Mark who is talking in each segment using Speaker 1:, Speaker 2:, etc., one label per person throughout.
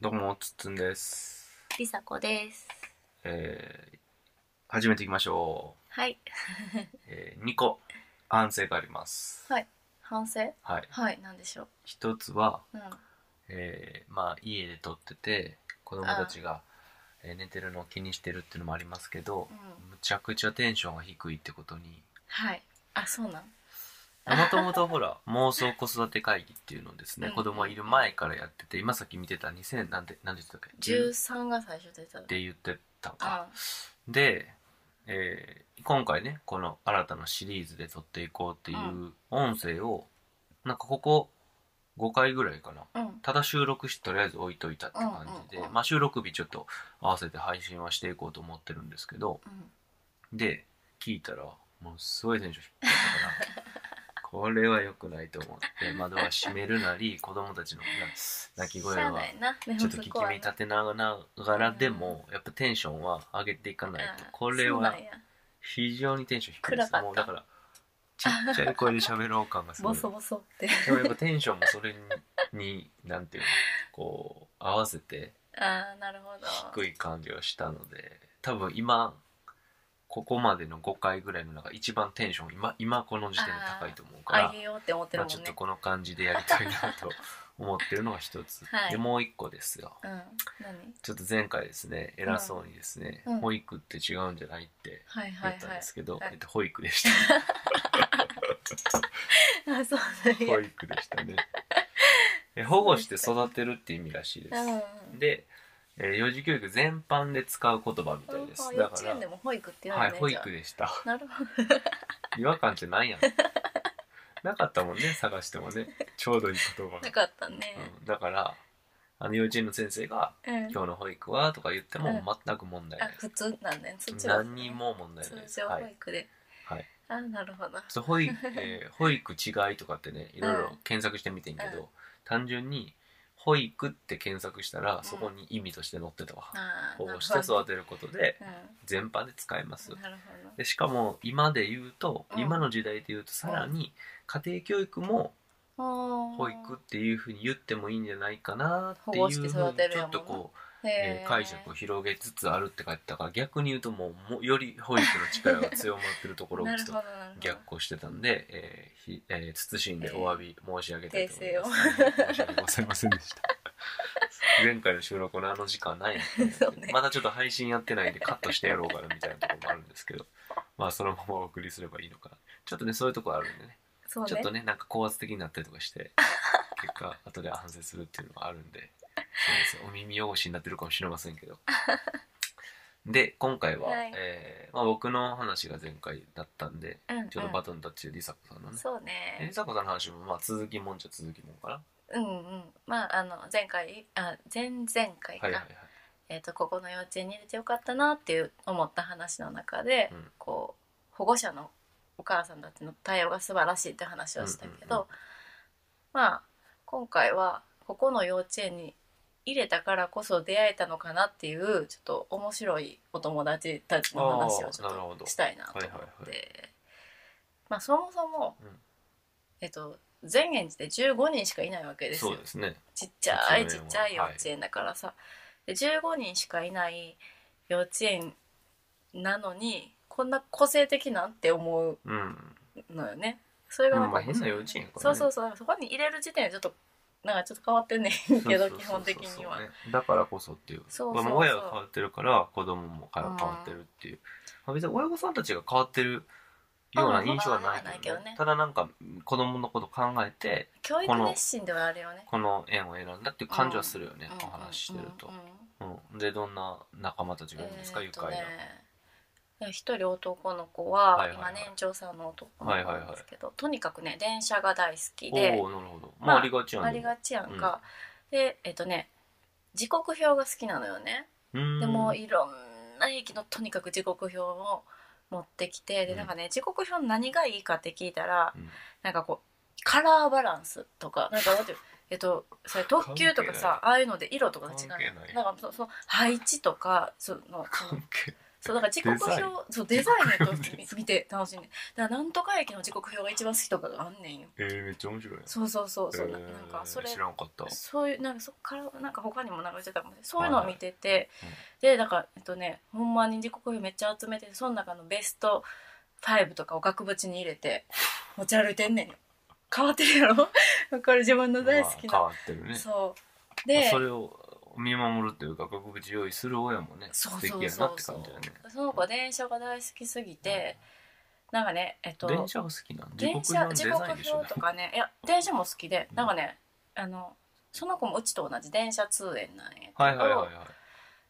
Speaker 1: どうも、つっつんです。
Speaker 2: りさこです。
Speaker 1: えー、始めていきましょ
Speaker 2: はい。
Speaker 1: う。えー、2個、反省があります。
Speaker 2: はい反省
Speaker 1: はい。
Speaker 2: はい、なんでしょう。
Speaker 1: 一つは、
Speaker 2: うん。うん。
Speaker 1: えー、まあ、家で撮ってて、子供たちが、えー寝てるのを気にしてるっていうのもありますけど、むちゃくちゃテンションが低いってことに、
Speaker 2: はい。あ、そうなん
Speaker 1: もともとほ ら、妄想子育て会議っていうのをですね、
Speaker 2: うん
Speaker 1: 子供がいる前からやってて、今さっき見てた2000、なんて、なんて言ってたっけ
Speaker 2: ?13 が最初出た。
Speaker 1: って言ってたのか。
Speaker 2: あ、
Speaker 1: で、えー今回ねこの新たなシリーズで撮っていこうっていう音声を、なんかここ5回ぐらいかな
Speaker 2: うん。
Speaker 1: ただ収録してとりあえず置いといたって感じで、
Speaker 2: うんうんうん
Speaker 1: まあ、収録日ちょっと合わせて配信はしていこうと思ってるんですけど
Speaker 2: うん。
Speaker 1: で聞いたらもうすごいテンション低か ったからこれは良くないと思って窓は閉めるなり子供たちのな泣き声
Speaker 2: しゃあ
Speaker 1: は
Speaker 2: ないな。 でも
Speaker 1: ちょっと聞
Speaker 2: そ
Speaker 1: き
Speaker 2: こは
Speaker 1: 目
Speaker 2: ね
Speaker 1: 立てながらでも、やっぱテンションは上げていかないと、これ
Speaker 2: あそう
Speaker 1: は
Speaker 2: なんや
Speaker 1: 非常にテンション低いで
Speaker 2: 暗
Speaker 1: す
Speaker 2: かった
Speaker 1: もうだからちっちゃい声で喋ろう感がすご
Speaker 2: ボ
Speaker 1: い
Speaker 2: ソボソって。
Speaker 1: でもやっぱテンションもそれになんていうのこう合わせて
Speaker 2: あー、なるほど。
Speaker 1: 低い感じがしたので多分今ここまでの5回ぐらいの中一番テンション今今この時点で高いと思うから
Speaker 2: あげようって思って
Speaker 1: まあ、
Speaker 2: るも
Speaker 1: ちょっ
Speaker 2: ん
Speaker 1: と
Speaker 2: ね。
Speaker 1: この感じでやりたいなと思ってるのが一つ、
Speaker 2: はい
Speaker 1: でもう一個ですよ
Speaker 2: うん。何
Speaker 1: ちょっと前回ですね偉そうにですね、
Speaker 2: うん
Speaker 1: 保育って違うんじゃないって
Speaker 2: はい
Speaker 1: 言
Speaker 2: は
Speaker 1: っ
Speaker 2: い
Speaker 1: たんですけど、
Speaker 2: はい
Speaker 1: えっと、保育でした
Speaker 2: はい。あ、そうなんや。
Speaker 1: 保育でしたねえ保護して育てるって意味らしいで
Speaker 2: うんうん
Speaker 1: すで、えー幼児教育全般で使う言葉みたいで
Speaker 2: う
Speaker 1: す
Speaker 2: ん。幼
Speaker 1: だ
Speaker 2: 稚
Speaker 1: から
Speaker 2: 園でも保育って言わ
Speaker 1: は
Speaker 2: れ
Speaker 1: い
Speaker 2: る
Speaker 1: 保育でした
Speaker 2: なるほど。
Speaker 1: 違和感ってなん やんなかったもんね探してもねちょうどいい言葉が
Speaker 2: な、かったね。
Speaker 1: うん、だからあの幼稚園の先生が
Speaker 2: うん
Speaker 1: 「今日の保育は?」とか言っても
Speaker 2: う
Speaker 1: 全く問題
Speaker 2: あ
Speaker 1: ないで
Speaker 2: 普通なんだねそっ
Speaker 1: す
Speaker 2: ちは
Speaker 1: 何にも問題ないで
Speaker 2: 通
Speaker 1: す
Speaker 2: 常
Speaker 1: は
Speaker 2: 保
Speaker 1: い
Speaker 2: 育で、
Speaker 1: はい
Speaker 2: あなるほど
Speaker 1: ちょっと保 育えー保育違いとかってねいろいろ検索してみてんけど、
Speaker 2: うん
Speaker 1: 単純に保育って検索したらそこに意味として載ってたわ、
Speaker 2: あー
Speaker 1: 保護して
Speaker 2: なるほど
Speaker 1: 育てることで
Speaker 2: うん
Speaker 1: 全般で使えます、
Speaker 2: なるほど
Speaker 1: でしかも今で言うと、
Speaker 2: うん
Speaker 1: 今の時代で言うとさらに家庭教育も保
Speaker 2: 保
Speaker 1: 育っていうふうに言ってもいいんじゃないかなっていう
Speaker 2: 保護して
Speaker 1: ふう
Speaker 2: 育
Speaker 1: に
Speaker 2: てる
Speaker 1: ちょ
Speaker 2: やも
Speaker 1: っ
Speaker 2: んな
Speaker 1: とこう、えー解釈を
Speaker 2: を
Speaker 1: 広げつつあるって書いてたから逆に言うともうもうより保育の力が強まってるところをちょ
Speaker 2: な
Speaker 1: っ
Speaker 2: る
Speaker 1: と
Speaker 2: ほどなるほど
Speaker 1: 逆行してたんで、えーひえー、慎んでお詫び申し上げたいと思い
Speaker 2: 訂
Speaker 1: ます。申し訳ございませんで した。前回の収録のあの時間ないんで、
Speaker 2: そうね
Speaker 1: まだちょっと配信やってないんでカットしてやろうかなみたいなところもあるんですけど、まあそのままお送りすればいいのかな。ちょっとね、そういうところあるんでね、
Speaker 2: そうね
Speaker 1: ちょっとね、なんか高圧的になったりとか して、結果、後で反省するっていうのがあるんで、そうですお耳汚しになってるかもしれません けど。で、今回は、
Speaker 2: はい
Speaker 1: えーまあ、僕の話が前回だったんで、
Speaker 2: うんうん
Speaker 1: ちょっとバトンタッチでりさこさんのね。
Speaker 2: そう
Speaker 1: えり
Speaker 2: ね
Speaker 1: さこさんの話も、まあ、続きもんじゃ続きもんかな。
Speaker 2: うんうんまああの前回あ前々回か、
Speaker 1: はいはいはい。
Speaker 2: えっ、とここの幼稚園に入れてよかったなっていう思った話の中で、
Speaker 1: うん
Speaker 2: こう保護者のお母さんたちの対応が素晴らしいって話をしたけど、
Speaker 1: うんうんうん
Speaker 2: まあ今回はここの幼稚園に入れたからこそ出会えたのかなっていうちょっと面白いお友達たちの話をちょ
Speaker 1: あーなるほ
Speaker 2: っ
Speaker 1: ど
Speaker 2: としたいなと思って、
Speaker 1: はいはいは
Speaker 2: まあそもそも、
Speaker 1: うん
Speaker 2: えっと全園児で15人しかいないわけですよ
Speaker 1: そうですね。
Speaker 2: ちっちゃい
Speaker 1: うち
Speaker 2: ち
Speaker 1: の園
Speaker 2: っ
Speaker 1: は
Speaker 2: ちゃい幼稚園だからさ、で15人しかいない幼稚園なのにこんな個性的なんて思う
Speaker 1: うん。
Speaker 2: のよねそれが
Speaker 1: ま
Speaker 2: な
Speaker 1: あ、
Speaker 2: ん
Speaker 1: まあ、
Speaker 2: か
Speaker 1: 変な幼稚園やからね。
Speaker 2: そうそうそうそこに入れる時点でちょっとなんかちょっと変わってんねんけど基本的には
Speaker 1: そうそうそうそうねだからこそっていう
Speaker 2: そうそうそう
Speaker 1: まあ親が変わってるから子供も変わ変わってるっていう、まあ、別に親御さんたちが変わってるような印象はないけど,、ね
Speaker 2: うんまあまあまあないけどね
Speaker 1: ただなんか子供のこと考えて
Speaker 2: 教
Speaker 1: こ
Speaker 2: 育
Speaker 1: の
Speaker 2: 熱心ではあるよね
Speaker 1: この園を選んだっていう感じはするよね、お話ししてると
Speaker 2: うん、うんうん
Speaker 1: うんでどんな仲間たちがいるんですか、
Speaker 2: えー
Speaker 1: 愉
Speaker 2: っと
Speaker 1: 快
Speaker 2: ね
Speaker 1: な、
Speaker 2: 一人男の子
Speaker 1: は
Speaker 2: はい
Speaker 1: はいは
Speaker 2: 今
Speaker 1: い
Speaker 2: 年長さんの男の子なんですけどとにかくね電車が大好き
Speaker 1: おおー
Speaker 2: で
Speaker 1: なるほど
Speaker 2: ま
Speaker 1: まあ
Speaker 2: あ
Speaker 1: ありがちや
Speaker 2: あ
Speaker 1: ね
Speaker 2: りがちやんか、でえっとね時刻表が好きなのよね、
Speaker 1: うーん
Speaker 2: でもいろんな駅のとにかく時刻表を持ってきて
Speaker 1: う
Speaker 2: で
Speaker 1: ん
Speaker 2: なんかね時刻表の何がいいかって聞いたら、
Speaker 1: うん
Speaker 2: なんかこうカラーバランスとかなんかなんていうえっとそれ特急とかさああいうので色とか違う
Speaker 1: 関係ない
Speaker 2: なんかそその配置とかそのその
Speaker 1: 関係
Speaker 2: そうだから時刻
Speaker 1: デザイ
Speaker 2: 表そうデザインやと見見て楽しんでだからなんとか駅の時刻表が一番好きとかがあんねんよ
Speaker 1: えー、めっちゃ面白いね
Speaker 2: そうそうそうそう、な
Speaker 1: えー
Speaker 2: なんかそれ
Speaker 1: 知らんかった
Speaker 2: そういうなんかそこからなんか他にも流れてたかもしれないそういうのを見てて、
Speaker 1: はいうん
Speaker 2: でだからえっとねほんまに時刻表めっちゃ集めてその中のベスト5とかを額縁に入 れて持ち歩いてんねんよ変わってるやろ これ自分の大好きな、
Speaker 1: まあ変わってるね
Speaker 2: そ
Speaker 1: ま
Speaker 2: うで
Speaker 1: あそれを見守るというか額縁用意する親もね
Speaker 2: そう
Speaker 1: 素
Speaker 2: そ
Speaker 1: 敵
Speaker 2: う
Speaker 1: やな
Speaker 2: そ
Speaker 1: っ
Speaker 2: う
Speaker 1: て
Speaker 2: そ
Speaker 1: 感
Speaker 2: う
Speaker 1: じだね
Speaker 2: その子電車が大好きすぎて、なんかねえっと
Speaker 1: 電車が好きなん時
Speaker 2: 電
Speaker 1: 刻
Speaker 2: 車
Speaker 1: 表のデ
Speaker 2: 時
Speaker 1: ザ
Speaker 2: 刻
Speaker 1: インでしょ
Speaker 2: 表とかねいや電車も好きで
Speaker 1: うん
Speaker 2: なんかね、あのその子もうちと同じ電車通園なんやけど、
Speaker 1: はいはいはいはい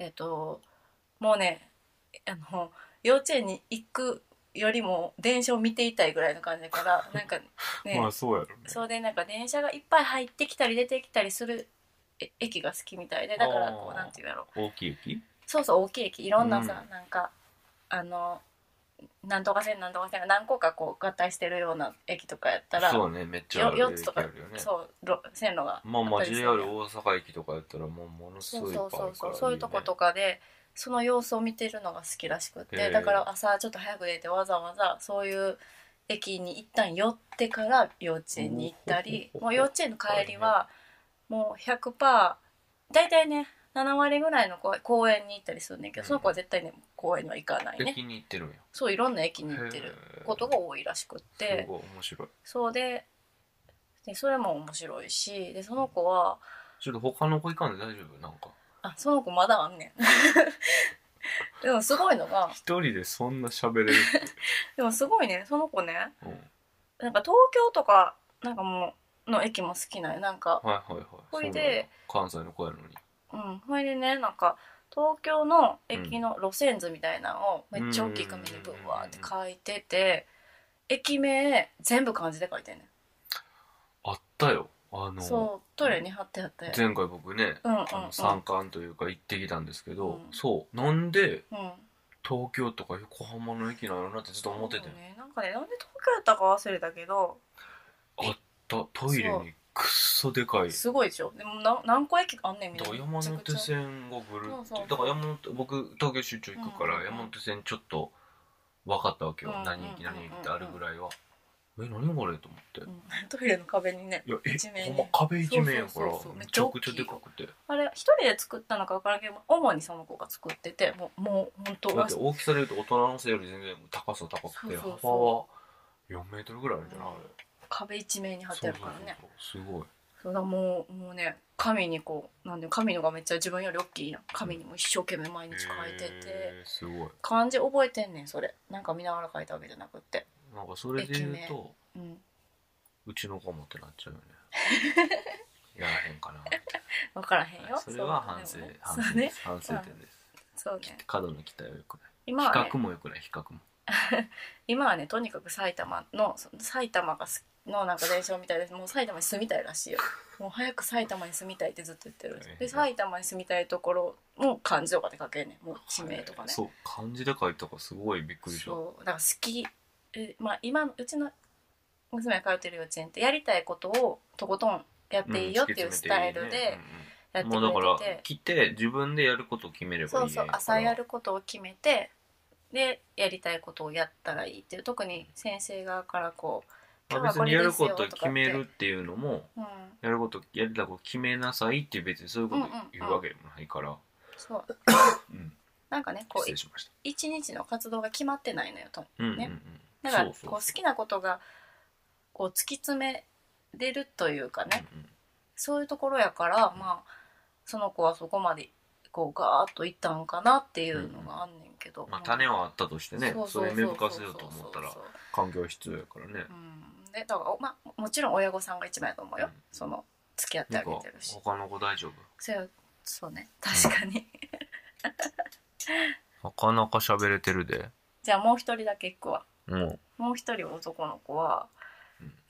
Speaker 2: えっともうねあの幼稚園に行くよりも電車を見ていたいぐらいの感じだから なんかね、
Speaker 1: まあそうやろね
Speaker 2: そうでなんか電車がいっぱい入ってきたり出てきたりするえ駅が好きみたいでだから
Speaker 1: あ
Speaker 2: こう
Speaker 1: ー
Speaker 2: なんていうやろ
Speaker 1: 大きい駅
Speaker 2: そうそう大きい駅いろんなさ、
Speaker 1: う
Speaker 2: なんかあのなんとか線なんとか線が何個かこう合体してるような駅とかやったら
Speaker 1: そうねめっちゃ
Speaker 2: よ
Speaker 1: ある
Speaker 2: 4つとか
Speaker 1: 駅あるよね
Speaker 2: そうろ線路が
Speaker 1: まあま
Speaker 2: あ
Speaker 1: あ
Speaker 2: ったりする
Speaker 1: JR 大阪駅とかやったらもうものす
Speaker 2: そ
Speaker 1: ご
Speaker 2: う
Speaker 1: い
Speaker 2: そうそうそうそういうとこと
Speaker 1: か
Speaker 2: かでその様子を見てるのが好きらしくって、
Speaker 1: へえ
Speaker 2: だから朝ちょっと早く出てわざわざそういう駅に一旦寄ってから幼稚園に行ったり
Speaker 1: おー
Speaker 2: もう幼稚園の帰りはもう100パー大体ね7割ぐらいの子は公園に行ったりするんだけ
Speaker 1: う
Speaker 2: ど、
Speaker 1: ん
Speaker 2: その子は絶対ね公園には行かないね
Speaker 1: 駅に行ってるんや
Speaker 2: そういろんな駅に行ってることが多いらしくっ
Speaker 1: へーす
Speaker 2: て
Speaker 1: ごい面白い
Speaker 2: そうででそれも面白いしでその子は
Speaker 1: ちょっと他の子行かんで大丈夫なんか
Speaker 2: あその子まだあんねん でもすごいのが
Speaker 1: 一人でそんな喋れる って
Speaker 2: でもすごいねその子ね
Speaker 1: うん
Speaker 2: なんか東京とかなんかもうの駅も好きなんよなんか
Speaker 1: はいはいはい
Speaker 2: ほいで
Speaker 1: そうなんや関西の子やのに
Speaker 2: うんほいでねなんか東京の駅の路線図みたいなのをめ
Speaker 1: うん
Speaker 2: っちゃ大きい紙にブワーって書いてて駅名全部漢字で書いてんねん
Speaker 1: あったよあの
Speaker 2: そうトイレに貼ってあって
Speaker 1: 前回僕ね
Speaker 2: うんうん
Speaker 1: あの参観というか行ってきたんですけど
Speaker 2: うん
Speaker 1: そうなんで
Speaker 2: うんうん
Speaker 1: 東京とか横浜の駅なのなってずっと思ってて
Speaker 2: そうねなんかねなんで東京やったか忘れたけど
Speaker 1: とトイレにくっそでかい
Speaker 2: すごいでしょでもな何個駅あんねんみ
Speaker 1: だ
Speaker 2: た
Speaker 1: か
Speaker 2: い
Speaker 1: ら
Speaker 2: な
Speaker 1: 山
Speaker 2: めち
Speaker 1: 手
Speaker 2: ゃくちゃ
Speaker 1: 線がぐるっ
Speaker 2: そうそう
Speaker 1: てだから山手僕東京出張行くか
Speaker 2: うん
Speaker 1: ら
Speaker 2: うんうん
Speaker 1: 山手線ちょっと分かったわけよ
Speaker 2: うんうんうんうん
Speaker 1: 何駅何駅ってあるぐらいはえ何これと思って
Speaker 2: うんトイレの壁にね
Speaker 1: いや
Speaker 2: 一面
Speaker 1: え
Speaker 2: ね
Speaker 1: ほんま壁一面やか
Speaker 2: そう
Speaker 1: ら
Speaker 2: そうそうそうめ
Speaker 1: め
Speaker 2: っち
Speaker 1: ち
Speaker 2: ゃ
Speaker 1: ゃ
Speaker 2: 大きい
Speaker 1: くちゃでかくて
Speaker 2: あれ一人で作ったのか分からんけど主にその子が作っててもうもう本当
Speaker 1: だって大きさで言うと大人の背より全然高さ高くて
Speaker 2: そうそう
Speaker 1: 幅
Speaker 2: そ
Speaker 1: は4メートルぐらいあるんじゃないあれ
Speaker 2: 壁一面に貼ってあるからね
Speaker 1: そうそうそうすごい
Speaker 2: そうだもうもうね紙にこうなんで紙のがめっちゃ自分より大きいやん紙にも一生懸命毎日書いてて
Speaker 1: えーすごい
Speaker 2: 漢字覚えてんねんそれなんか見ながら書いたわけじゃなくって
Speaker 1: なんかそれで言うと
Speaker 2: うん
Speaker 1: うちの子もってなっちゃう よねやらへんかな
Speaker 2: 分からへんよ
Speaker 1: それは反省
Speaker 2: うでもね
Speaker 1: 反
Speaker 2: そ
Speaker 1: 省
Speaker 2: う
Speaker 1: です反省
Speaker 2: ね
Speaker 1: 点です
Speaker 2: そうね
Speaker 1: 過度の期待は良くない
Speaker 2: 今はね
Speaker 1: 比較も良くない比較も
Speaker 2: 今はねとにかく埼玉のその埼玉がすのなんか伝承みたいですもう埼玉に住みたいらしいよもう早く埼玉に住みたいってずっと言ってるで埼玉に住みたいところも漢字とかで書けんねんもう地名とかね、
Speaker 1: そう漢字で書いたからすごいびっくりした
Speaker 2: そうだから好きえまあ今のうちの娘が通ってる幼稚園ってやりたいことをとことんやっていいよっていうスタイルでやってくれてて、
Speaker 1: もうだから来て自分でやることを決めればいい
Speaker 2: そ
Speaker 1: ね
Speaker 2: うそう朝やることを決めてでやりたいことをやったらいいっていう特に先生側からこ
Speaker 1: まあ
Speaker 2: 今日は
Speaker 1: 別
Speaker 2: こ
Speaker 1: に
Speaker 2: れ
Speaker 1: やる
Speaker 2: ですよ
Speaker 1: ことを決めるっていうのも
Speaker 2: う、うん、
Speaker 1: やることやりたいこと決めなさいっていう別にそういうこと言うわけでもないから
Speaker 2: そう
Speaker 1: うん
Speaker 2: なんかねこ
Speaker 1: 失
Speaker 2: う
Speaker 1: 礼しました
Speaker 2: 一日の活動が決まってないのよと
Speaker 1: うんうんう
Speaker 2: ね
Speaker 1: ん
Speaker 2: だからこう
Speaker 1: そう
Speaker 2: 好きなことがこう突き詰めれるというかね、
Speaker 1: うんうん
Speaker 2: そういうところやから、まあその子はそこまでこうガーッといったんかなっていうのがあんねんけど、
Speaker 1: まあ種はあったとしてね
Speaker 2: そう
Speaker 1: そ
Speaker 2: そう
Speaker 1: れ
Speaker 2: そ
Speaker 1: を
Speaker 2: うそ
Speaker 1: 芽
Speaker 2: う
Speaker 1: 吹かせようと思ったら
Speaker 2: そうそうそ
Speaker 1: 環境は必要やからね
Speaker 2: ううんでだからおまあもちろん親御さんが一番やと思うよ、
Speaker 1: うん
Speaker 2: その付き合って
Speaker 1: な
Speaker 2: あ
Speaker 1: んか
Speaker 2: げてるし
Speaker 1: 他の子大丈夫
Speaker 2: そうやそうね確かに
Speaker 1: なかなか喋れてるで。
Speaker 2: じゃあもう一人だけ行くわ
Speaker 1: うん。
Speaker 2: もう一人男の子は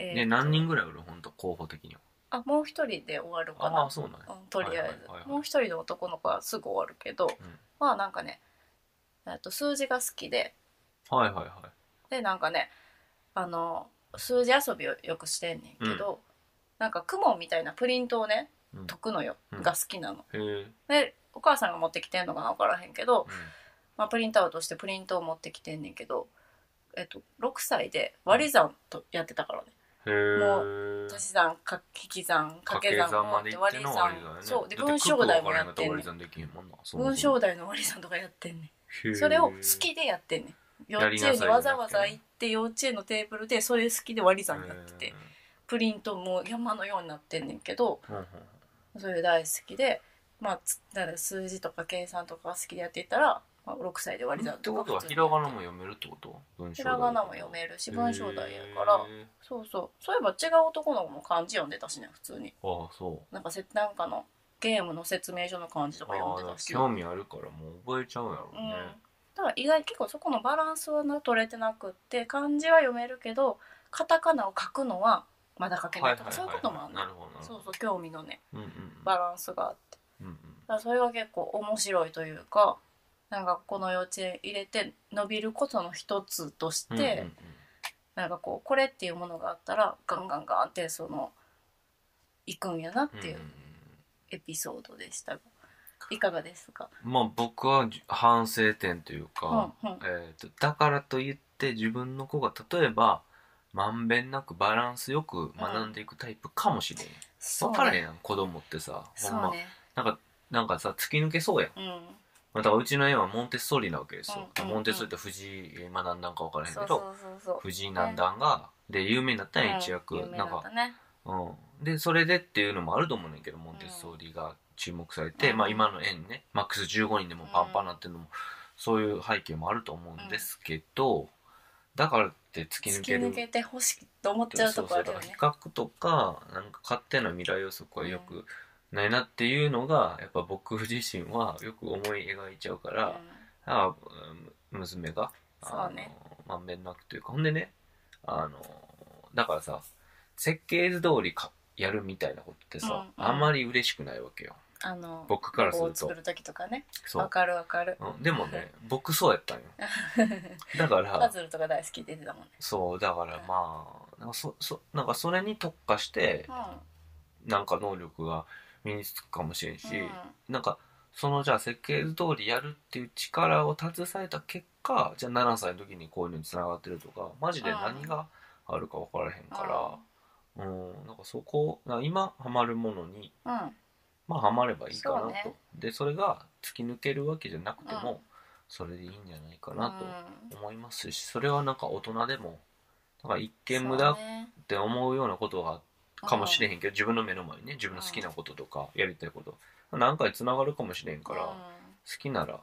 Speaker 2: えーと
Speaker 1: ね、何人ぐらいおる本当候補的には。
Speaker 2: あもう一人で終わるか
Speaker 1: あ
Speaker 2: な
Speaker 1: あ、そうなんや。
Speaker 2: うんとりあえず、
Speaker 1: はいはいはいはい
Speaker 2: もう一人の男の子はすぐ終わるけど、
Speaker 1: ん
Speaker 2: まあなんかねえっと数字が好きで
Speaker 1: はいはいは
Speaker 2: でなんかねあの数字遊びをよくしてんねんけど、なんか雲みたいなプリントをね
Speaker 1: い。うん
Speaker 2: 解くのよ、
Speaker 1: うん
Speaker 2: が好きなの。
Speaker 1: へえ。
Speaker 2: でお母さんが持ってきてんのかな分からへんけどまあ、プリントアウトしてプリントを持ってきてんねんけど、えっと、6歳で割り算とやってたからね
Speaker 1: へえ
Speaker 2: も足し算か引き算掛け算もあって割り算
Speaker 1: 割り算
Speaker 2: そうで文章題もやってん
Speaker 1: 割り
Speaker 2: ねん
Speaker 1: 算できへんもんなそもそも
Speaker 2: 文章題の割り算とかやってんね
Speaker 1: へー
Speaker 2: んそれを好きでやってんねん幼
Speaker 1: や
Speaker 2: 稚
Speaker 1: りなさい
Speaker 2: 園
Speaker 1: よ
Speaker 2: にわざわざ行って幼稚園のテーブルでそれ好きで割り算やっててプリントも山のようになってんねんけど
Speaker 1: へーうんうん
Speaker 2: それ大好きで、まあ、つだから数字とか計算とか好きでやっていたら、まあ、6歳で割り
Speaker 1: うん
Speaker 2: 算
Speaker 1: って
Speaker 2: とか
Speaker 1: ことは
Speaker 2: 普通
Speaker 1: ひ
Speaker 2: に
Speaker 1: らがなも読めるってこと文章
Speaker 2: ひ
Speaker 1: 題
Speaker 2: らがなも読めるし文章題やか
Speaker 1: へ
Speaker 2: ら
Speaker 1: ー
Speaker 2: そうそうそういえば違う男の子も漢字読んでたしね普通に
Speaker 1: ああそう
Speaker 2: なんかせなんかのゲームの説明書の漢字とか
Speaker 1: あ
Speaker 2: 読
Speaker 1: あ
Speaker 2: んでたし
Speaker 1: 興味あるからもう覚えちゃうんやろう
Speaker 2: うん
Speaker 1: ね、
Speaker 2: だから意外に結構そこのバランスはな取れてなくって漢字は読めるけどカタカナを書くのはまだ書けないとかそういうこともある
Speaker 1: な
Speaker 2: の
Speaker 1: るほどなるほ
Speaker 2: そう
Speaker 1: ど
Speaker 2: そう興味のね
Speaker 1: うんうん
Speaker 2: バランスがあって
Speaker 1: うんうん
Speaker 2: だからそれが結構面白いというかなんかこの幼稚園入れて伸びることの一つとして、
Speaker 1: うんうんうん
Speaker 2: なんかこうこれっていうものがあったらガンガンガンってその行くんやなっていうんうんエピソードでしたが、いかがですか、
Speaker 1: うんまあ僕はじ反省点という
Speaker 2: う
Speaker 1: か、
Speaker 2: んうん、
Speaker 1: えー、とだからといって自分の子が例えばまんべんなくバランスよく学んでいくタイプかもしれん、
Speaker 2: そ
Speaker 1: 分
Speaker 2: う
Speaker 1: からへ
Speaker 2: ね
Speaker 1: んやん子供ってさほん
Speaker 2: そ
Speaker 1: ま
Speaker 2: うね
Speaker 1: なんかさ突き抜けそうやん
Speaker 2: うん
Speaker 1: またうちの絵はモンテッソーリなわけですよ、
Speaker 2: うんうんうん
Speaker 1: モンテッソーリって藤井今何段か分からへんけ
Speaker 2: そ
Speaker 1: ど
Speaker 2: うそうそうそう
Speaker 1: 藤井何段が、で有名になったんや一躍、
Speaker 2: 有名だ
Speaker 1: なん
Speaker 2: っ
Speaker 1: か
Speaker 2: たね
Speaker 1: うん、でそれでっていうのもあると思うねんけどモンテッソーリが注目されて、
Speaker 2: うん
Speaker 1: まあ、今の円ねマックス15人でもパンパンなってるのも、そういう背景もあると思うんですけど、だからって突き抜
Speaker 2: 突
Speaker 1: け
Speaker 2: き
Speaker 1: る
Speaker 2: 抜けてほしいと思っちゃうとこあるよ
Speaker 1: そう
Speaker 2: ね
Speaker 1: そうだから比較とかなんか勝手な未来予測はよくないなっていうのがやっぱ僕自身はよく思い描いちゃうから、あうん娘があ
Speaker 2: そうね
Speaker 1: のまんべんなくというかほんでねあのだからさ設計図通りかやるみたいなことってさ、
Speaker 2: うんうん
Speaker 1: あんまり嬉しくないわけよ
Speaker 2: うん、あの
Speaker 1: 僕からすると
Speaker 2: ロゴを作る時とかね
Speaker 1: そ
Speaker 2: わ
Speaker 1: う、
Speaker 2: かるわかる
Speaker 1: うん、でもね僕そうやったんよだか
Speaker 2: パ
Speaker 1: ら
Speaker 2: ズルとか大好きって言ってたもんね
Speaker 1: そうだからまあなんかそそなんかそれに特化して
Speaker 2: う
Speaker 1: なんか能力が身につくかもしれんし、
Speaker 2: んうん
Speaker 1: なんかそのじゃあ設計図通りやるっていう力を携えた結果じゃあ7歳の時にこういうのにつながってるとかマジで何があるか分からへんからうんなんかそこなんか今ハマるものに
Speaker 2: うん
Speaker 1: まあハマればいいかな
Speaker 2: そ
Speaker 1: と、
Speaker 2: うね
Speaker 1: でそれが突き抜けるわけじゃなくても、
Speaker 2: うん
Speaker 1: それでいいんじゃないか
Speaker 2: う
Speaker 1: なんと思いますしそれはなんか大人でもなんか一見無
Speaker 2: そ
Speaker 1: 駄
Speaker 2: う
Speaker 1: っ
Speaker 2: ね
Speaker 1: て思うようなことがかもしれ
Speaker 2: ん
Speaker 1: へんけど、自分の目の前にね自分の好きなこととかやりたいこと何かにつながるかもしれんから。
Speaker 2: うん
Speaker 1: 好きなら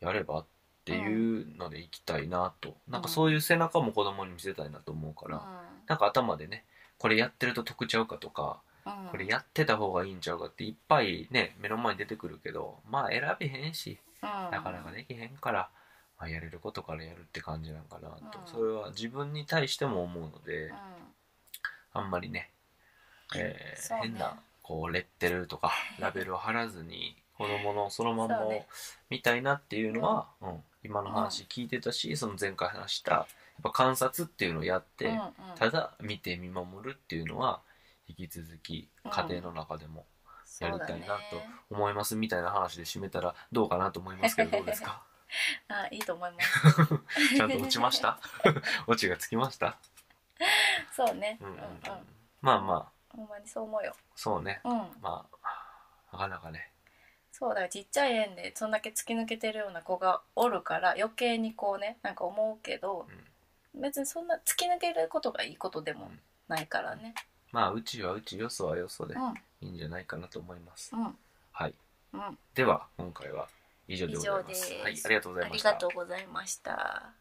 Speaker 1: やればっていうので行きたいなと、
Speaker 2: ん
Speaker 1: なんかそういう背中も子供に見せたいなと思うから、なんか頭でねこれやってると得ちゃうかとか、
Speaker 2: うんうん
Speaker 1: これやってた方がいいんちゃうかっていっぱいね目の前に出てくるけどまあ選べへんし
Speaker 2: うん
Speaker 1: なかなかできへんから、まあ、やれることからやるって感じなんかなと、
Speaker 2: うん
Speaker 1: それは自分に対しても思うので、
Speaker 2: うん
Speaker 1: あんまりね、えー
Speaker 2: そうね
Speaker 1: 変なこうレッテルと かラベルを貼らずに子供のそのまんま
Speaker 2: そう
Speaker 1: を
Speaker 2: ね
Speaker 1: 見たいなっていうのはう、ん、今の話聞いてたし、その前回話したやっぱ観察っていうのをやって、
Speaker 2: うんうん
Speaker 1: ただ見て見守るっていうのは引き続き家庭の中でもやりたいな
Speaker 2: そうだ
Speaker 1: と
Speaker 2: ね
Speaker 1: 思いますみたいな話で締めたらどうかなと思いますけどどうです か
Speaker 2: あいいと思いま す
Speaker 1: ちゃんと落ちました落ちがつきました、
Speaker 2: そうね
Speaker 1: う
Speaker 2: うん
Speaker 1: う
Speaker 2: んうんん
Speaker 1: うん、まあまあ
Speaker 2: ほんまにそう思うよ
Speaker 1: そうね
Speaker 2: うん
Speaker 1: まあ、なかなかね。
Speaker 2: そうだからちっちゃい園でそんだけ突き抜けてるような子がおるから余計にこうねなんか思うけど別にそんな突き抜けることがいいことでもないからね
Speaker 1: まあ、うちはうち、よそはよそで
Speaker 2: うん
Speaker 1: いいんじゃないかなと思います。
Speaker 2: うん
Speaker 1: はい。
Speaker 2: うん
Speaker 1: では、今回は以上でございます。
Speaker 2: 以上です
Speaker 1: はい、ありがとうござい
Speaker 2: あ
Speaker 1: ま
Speaker 2: り
Speaker 1: した
Speaker 2: が。とうございました